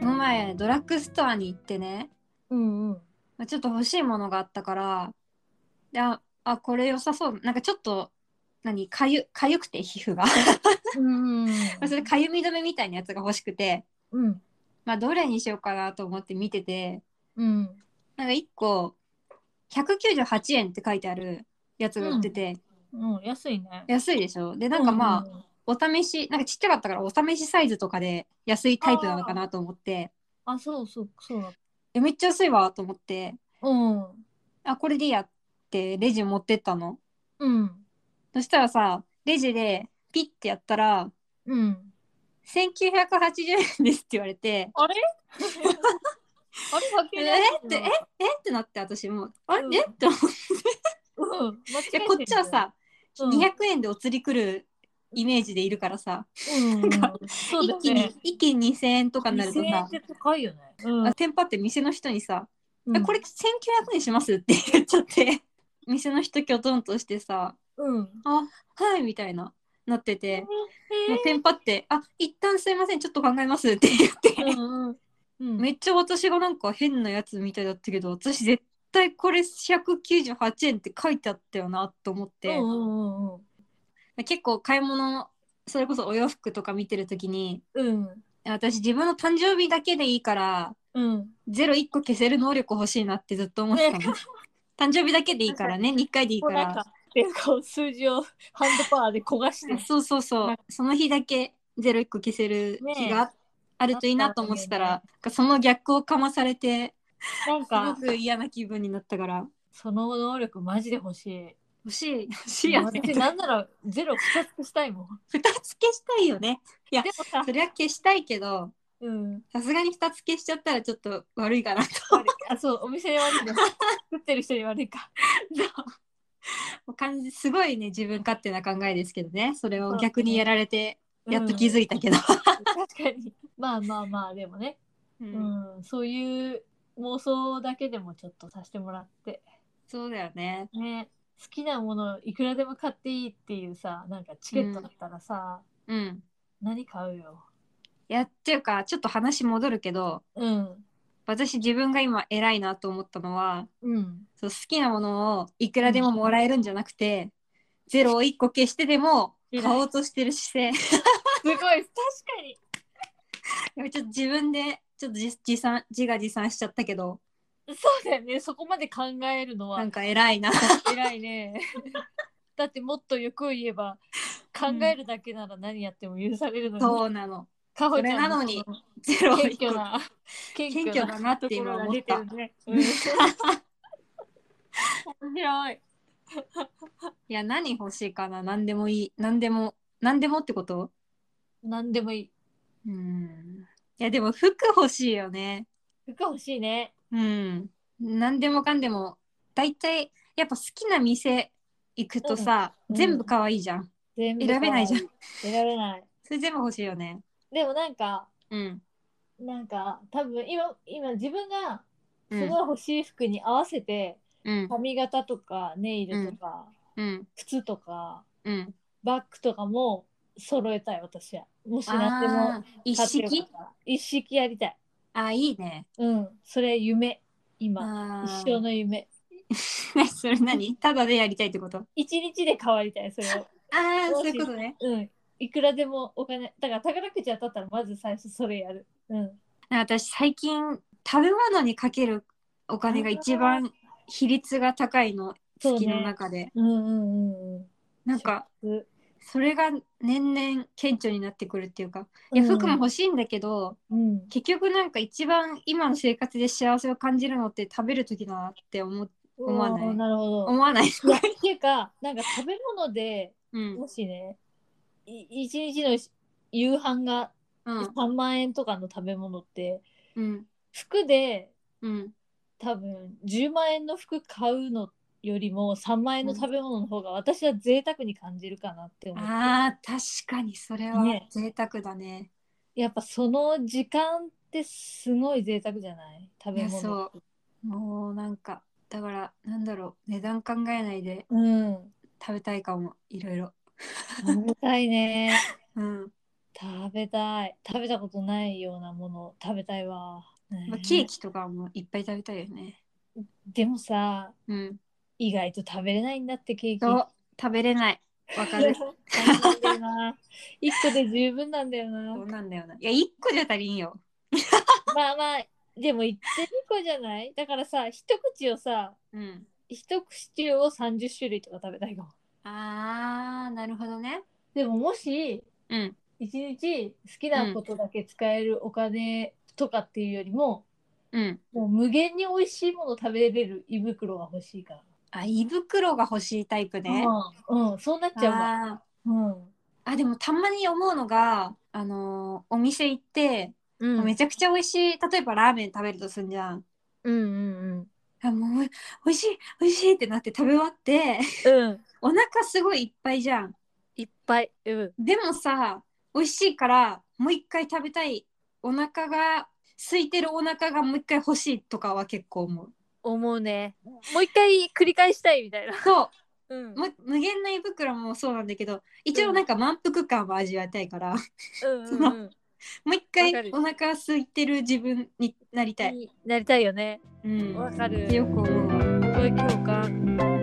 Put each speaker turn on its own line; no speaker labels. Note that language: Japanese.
ドラッグストアに行ってね、
うんうん。
まあちょっと欲しいものがあったからでああこれ良さそうなんかちょっと何かゆかゆくて皮膚が
うん。
それかゆみ止めみたいなやつが欲しくて、
うん。
まあ、どれにしようかなと思って見てて
うん。
なんか1個198円って書いてあるやつが売ってて、
うん。安いね。
安いでしょでなんかまあ、お試しなんかちっちゃかったからお試しサイズとかで安いタイプなのかなと思って
あ。あ、そうそう、そうだ。
えめっちゃ安いわと思って
うん。
あこれでいいやってレジ持ってったの
うん。
そしたらさレジでピッてやったら
うん。
「1980円です」って言われて
あれ あれ
「え
100円
っ?」って「ええっ?」てなって私も「あれ、
うん
えっ?」て思っ
うん。間違え
て
てる
こっちは、さ、
うん
200円でお釣り来るイメージでいるからさ、
うん。そう
一
だよ
気に
ね。
一気に2000円とかになると
2000円
さ
っ、て高いよね。
あテンパって店の人にさ
う
えこれ1900円しますって言っちゃって店の人きょとんとしてさ
うん。
「あはい」みたいななってて、
え
もうテンパって「あ一旦すいませんちょっと考えます」って言って、
うんうん うん
めっちゃ私がなんか変なやつみたいだったけど私絶対これ198円って書いてあったよなと思って
う、んうんうん
結構買い物それこそお洋服とか見てる時に
うん
私自分の誕生日だけでいいから
うん
ゼロ1個消せる能力欲しいなってずっと思ってたの。 誕生日だけでいいからね、1回でいい
も
か
うなん
ら
か。っていうか数字をハンドパワーで焦がして
あそうそうそ
な
うんその日だけゼロ一個消せる日があるといいなと思ってたら、
あ
なんかその逆をかまされて
な
す
ん
ご
か
く嫌な気分になったから
その能力マジで欲し
欲しい欲しい
い
よね
私なんならゼロ2つしたい もん
2つ消したいよね
でもさ
それは消したいけど
うん
さすがに2つ消しちゃったらちょっと悪いかなと
あそうお店に悪いね作ってる人に悪いか
もう感じすごいね自分勝手な考えですけどねそれを逆にやられてやっと気づ
い
いたけど、
た、うん確かにまあまあまあでもね、
う
うんんそういう妄想だけでもちょっとさせてもらって
そうだよね
ね好きなものいくらでも買っていいっていうさなんかチケットだったらさ、
うん
何買うよ
いやっていうかちょっと話戻るけど
うん
私自分が今偉いなと思ったのは
うん
そう好きなものをいくらでももらえるんじゃなくて、ゼロを1個消してでも
偉い
買おうとしてる姿勢
すごい確かに
ちょっと自分でちょっと自自賛自画自賛しちゃったけど
そうだよねそこまで考えるの
な
は
んか偉いな
偉いね だってもっとよく言えば考えるだけなら何やっても許されるのに、
そうなの
か
そ
ほちゃん
れなのにゼロを
その
1
謙虚
個
な
謙虚だなって今思った
ところが出てるね、うん面 白い
いや何欲しいかな何でもいい何でも何でもってこと
何でもいい
うんいやでも服欲しいよね
服欲しいね
うん何でもかんでも大体やっぱ好きな店行くとさ、
うん
全部可愛いじゃん
全部
選べないじゃん
選べない
それ全部欲しいよね
でもなんか
うん
なんか多分今今自分が
う
す
ん
ごい欲しい服に合わせて
うん
髪型とかネイルとか
うん
靴とか
うん
バッグとかも揃えたい私はもしなって
あ
も
ー一
買ってよか
式
ったら一式やりたい
あいいね
うんそれ夢今
あ
一生の夢
生 それ何ただでやりたいってこと
一日で変わりたいそれ を
ああ
ど
そうう
し
い
よう
うことね
うんいくらでもお金だから宝くじ当たったらまず最初それやるうん
なんか私最近食べ物にかけるお金が一番比率が高いの
そう
好
ね
きの中で、
うんうんうんうん
なんか
う
それが年々顕著になってくるっていうかいや
うん
服も欲しいんだけど、
うん
結局なんか一番今の生活で幸せを感じるのって食べる時だなって思思わない
おーなるほど
思わない
いやっていうかなんか食べ物で
うん
もしねい一日の夕飯が
うん
3万円とかの食べ物って
うん
服で
うん
多分10万円の服買うのよりも3万円の食べ物の方が私は贅沢に感じるかなって思って
あー確かにそれは
ね
贅沢だね。
やっぱその時間ってすごい贅沢じゃない食
い
べ
や
物
そうもうなんかだからなんだろう値段考えないで
うん
食べたいかもいろいろ。
食べたいね
うん、
食べたい食べたことないようなもの食べたいわね
まあケーキとかもいっぱい食べたいよね。
でもさ
うん。
意外と食べれないんだってケーキ。
そう食べれない。わかる
そうなんだよな一個で十分なんだよな
そうなんだよな。いや、一個じゃ足りんよ。
まあまあでも一点個じゃないだからさ一口をさ
うん。
一口を30種類とか食べたいかも
あー、なるほどね。
でももし
うん。
一日好きなことだけ使えるお金とかっていうよりも、
うん。
もう無限に美味しいもの食べれる胃袋が欲しいから。
あ、胃袋が欲しいタイプね。
うん、うん、そうなっちゃう
あ
わ。うん。
ーあ、でもたまに思うのが、あのーお店行って、
うん
めちゃくちゃ美味しい、例えばラーメン食べるとすんじゃん。
うんうん
あもう美味しい美味しいってなって食べ終わって
うん。うん。
お腹すごいいっぱいじゃん
いっぱい。うん。
でもさ美味しいからもう一回食べたいお腹が空いてるお腹がもう一回欲しいとかは結構思う
思うね。もう一回繰り返したいみたいな。
そ
うん
う。も無限の胃袋もそうなんだけど一応なんか満腹感は味わいたいからも
うん。
うんうん う一
わか
回
る
お腹空いてる自分になりたい、
なりたいよね。
うん、
わかる
ってよく思うわ
すごい共感。